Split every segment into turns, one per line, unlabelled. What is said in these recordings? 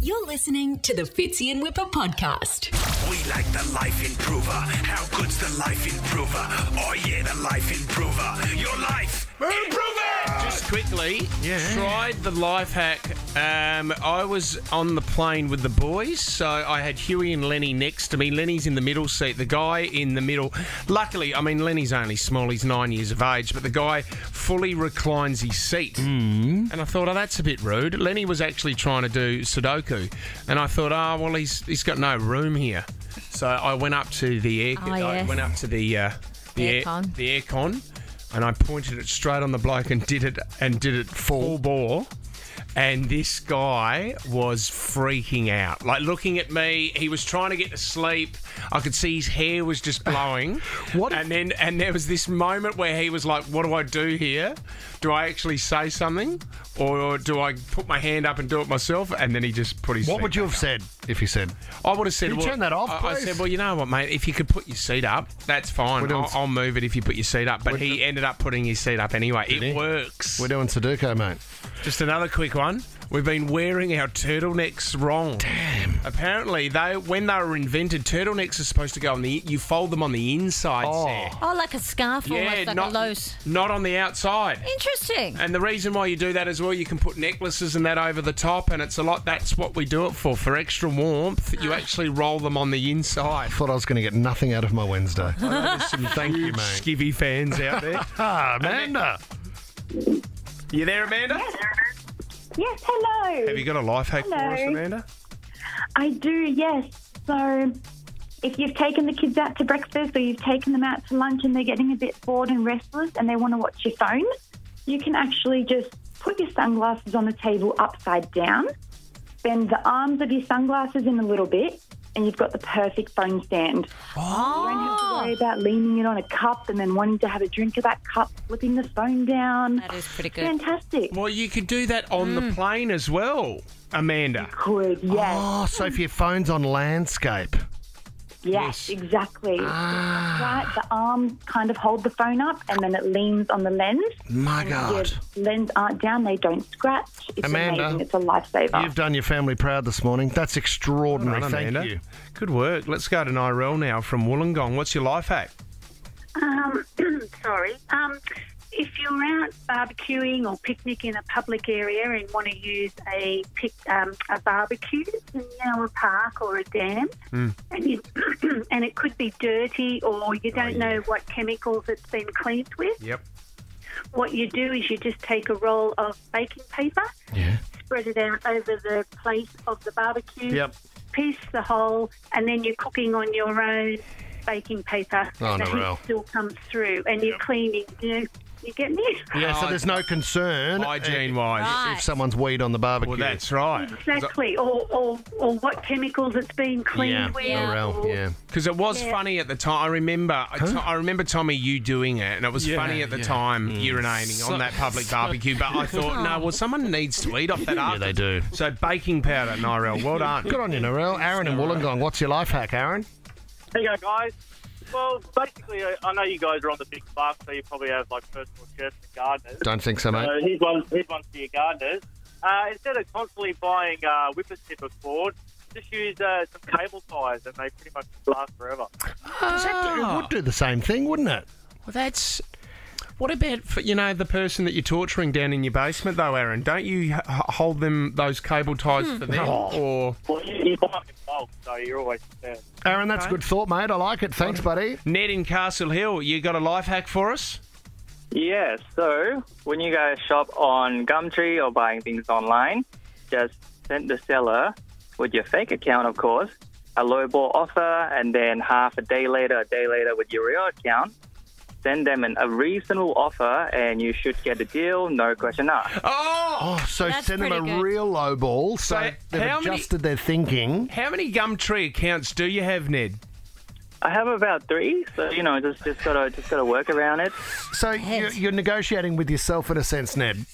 You're listening to the Fitzy and Whipper podcast.
We like the life improver. How good's the life improver? Oh yeah, the life improver. Your life. Improve it!
Just quickly, tried the life hack. Um, I was on the plane with the boys, so I had Huey and Lenny next to me. Lenny's in the middle seat. The guy in the middle, luckily, I mean, Lenny's only small, he's nine years of age, but the guy fully reclines his seat. And I thought, oh, that's a bit rude. Lenny was actually trying to do Sudoku, and I thought, oh, well, he's he's got no room here. So I went up to the air,
Ah,
I
yes.
went up to the uh, the air,
Aircon.
the aircon, and I pointed it straight on the bloke and did it and did it full bore. And this guy was freaking out, like looking at me. He was trying to get to sleep. I could see his hair was just blowing.
What if-
And then, and there was this moment where he was like, "What do I do here? Do I actually say something, or do I put my hand up and do it myself?" And then he just put his.
What
seat
would you
back
have said if you said?
up. I would have said,
Can you
well,
turn that off,
I, I
please?
said, "Well, you know what, mate? If you could put your seat up, that's fine.
doing
I'll,
s-
I'll move it if you put your seat up." But he ended up putting his seat up anyway. It
he?
works.
We're doing Sudoku, mate.
Just another quick one. We've been wearing our turtlenecks wrong. Damn. Apparently, they when they were invented, turtlenecks are supposed to go on the you fold them on the inside.
Oh.
Sarah.
Oh, like a scarf almost, like a loose.
not on the outside.
Interesting.
And the reason why you do that as well, you can put necklaces and that over the top, and it's a lot. That's what we do it for. For extra warmth, you actually roll them on the inside.
Thought I was going to get nothing out of my Wednesday.
Thank you, mate. Skivvy fans out there.
ah, Amanda.
you there, Amanda?
Yes, hello.
Have you got a life hack for us,
Hello.
Amanda?
I do, yes. So if you've taken the kids out to breakfast or you've taken them out to lunch and they're getting a bit bored and restless and they want to watch your phone, you can actually just put your sunglasses on the table upside down, bend the arms of your sunglasses in a little bit, and you've got the perfect phone stand. You don't have to
Ah.
worry about leaning it on a cup and then wanting to have a drink of that cup, flipping the phone down.
That is pretty good.
Fantastic.
Well, you could do that on the plane as well, Amanda.
Good, yes.
Oh, so if your phone's on landscape.
Yes, exactly.
Ah.
Right, the arms kind of hold the phone up and then it leans on the lens.
My
Your
God.
lens aren't down, they don't scratch. It's
Amanda,
amazing. It's a lifesaver.
You've done your family proud this morning. That's extraordinary.
Right,
Thank
Amanda.
you.
Good work. Let's go to Nirel now from Wollongong. What's your life hack?
Um, sorry. Um, if you're out barbecuing or picnic in a public area and want to use a pic, um, a barbecue in you know, a park or a dam,
Hmm.
and you, and it could be dirty or you don't know what chemicals it's been cleaned with.
Yep.
What you do is you just take a roll of baking paper,
Yeah.
spread it out over the plate of the barbecue,
Yep.
piece the whole, and then you're cooking on your own baking paper.
Oh,
the
Narelle.
heat still comes through, and you're cleaning. You, you get me?
Yeah, so
Hy-
there's no concern uh,
Hygiene wise.
if someone's weed on the barbecue.
Well, that's right.
Exactly, or, or or what chemicals it's been cleaned
yeah,
with.
Narelle,
or-
yeah.
Because it was funny at the time. I remember, I to- I remember Tommy, you doing it, and it was funny at the time urinating on that public barbecue. But I thought, no, well, someone needs to eat off that.
Yeah,
after.
they do.
So baking powder, Nirel. Well done.
Good on you, Narelle. Aaron in Wollongong, what's your life hack, Aaron?
There you go, guys. Well, basically, uh, I, I know you guys are on the big farm, so you probably have like personal chefs and gardeners.
Don't think so, mate.
So here's one, here's one for your gardeners. Uh, instead of constantly buying uh, whippersnipper cord, just use uh, some cable ties, and they pretty much last forever.
Does that do- it would do the same thing, wouldn't it?
Well, that's. What about for, you know the person that you're torturing down in your basement though, Aaron? Don't you h- hold them those cable ties for them, or
Well, you, you buy them in bulk, so you're always prepared.
Aaron, that's a good thought, mate. I like it. Thanks, buddy.
Ned in Castle Hill? You got a life hack for us?
Yeah, so when you guys shop on Gumtree or buying things online, just send the seller with your fake account, of course, a lowball offer, and then half a day later, a day later with your real account, send them an, a reasonable offer, and you should get a deal, no question asked.
Oh,
Oh, so
That's
send them a
pretty good.
real low ball. So,
So
they've
how many-
adjusted their thinking.
how many Gumtree accounts do you have, Ned?
I have about three, so you know, just just gotta just gotta work around it.
So you're,
Heads.
you're negotiating with yourself in a sense, Ned.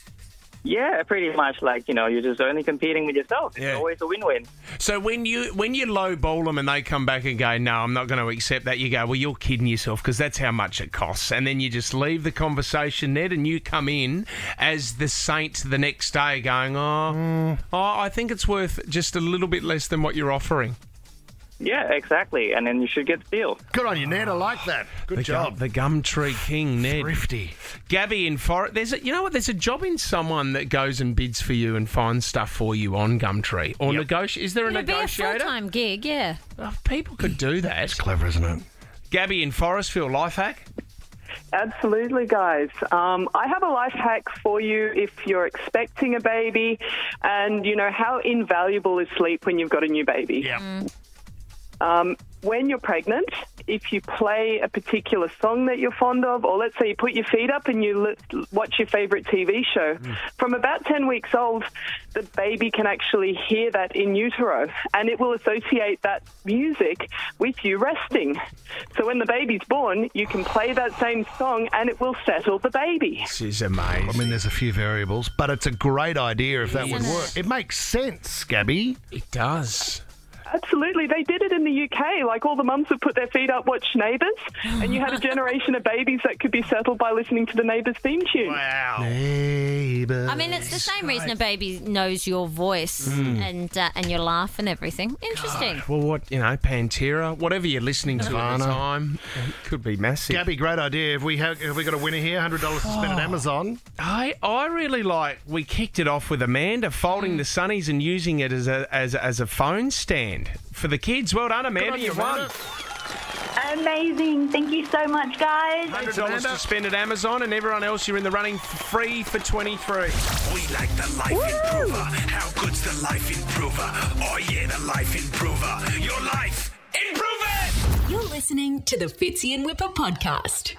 Yeah, pretty much. Like you know, you're just only competing with yourself. It's
Yeah.
always a win-win.
So when you when you low ball them and they come back and go, no, I'm not going to accept that. You go, well, you're kidding yourself because that's how much it costs. And then you just leave the conversation, Ned, and you come in as the saint the next day, going, oh,
Mm.
oh I think it's worth just a little bit less than what you're offering.
Yeah, exactly. And then you should get the deal.
Good on you, Ned. I like that. Good
the Gum,
job.
the Gumtree King, Ned.
Thrifty.
Gabby in Forest. There's a, you know what? There's a job in someone that goes and bids for you and finds stuff for you on Gumtree or negotiate. Is there a
It'd be a full
negotiator?
time gig, yeah.
Oh, people could do that.
Clever, isn't it?
Gabby in Forestville, life hack.
Absolutely, guys. Um, I have a life hack for you if you're expecting a baby, and you know how invaluable is sleep when you've got a new baby.
Yeah.
Um, when you're pregnant, if you play a particular song that you're fond of, or let's say you put your feet up and you l- watch your favorite TV show, from about 10 weeks old, the baby can actually hear that in utero and it will associate that music with you resting. So when the baby's born, you can play that same song and it will settle the baby.
This is amazing.
I mean, there's a few variables, but it's a great idea if that would
Yes.
work. It makes sense, Gabby.
It does.
Absolutely. They did it in the UK. Like all the mums would put their feet up, watch Neighbours, and you had a generation of babies that could be settled by listening to the Neighbours theme tune.
Neighbour.
I mean, it's the same reason a baby knows your voice
Hmm.
and uh, and your laugh and everything. Interesting.
Well, what you know, Pantera, whatever you're listening to at the
Nirvana.
time, it could be massive.
Gabby, great idea. Have we have, have we got a winner here? Hundred dollars to spend at Amazon.
I I really like. We kicked it off with Amanda folding the sunnies and using it as a as, a- as a phone stand for the kids. Well done, Amanda.
on you,
You've won.
Amanda.
Amazing. Thank you so much, guys.
Hundred dollars to
Amanda.
spend at Amazon, and everyone else you're in the running f- free for twenty three.
We like the life improver. How good's the life improver? Oh yeah, the life improver. Your life, improve it.
You're listening to the Fitzy and Whipper podcast.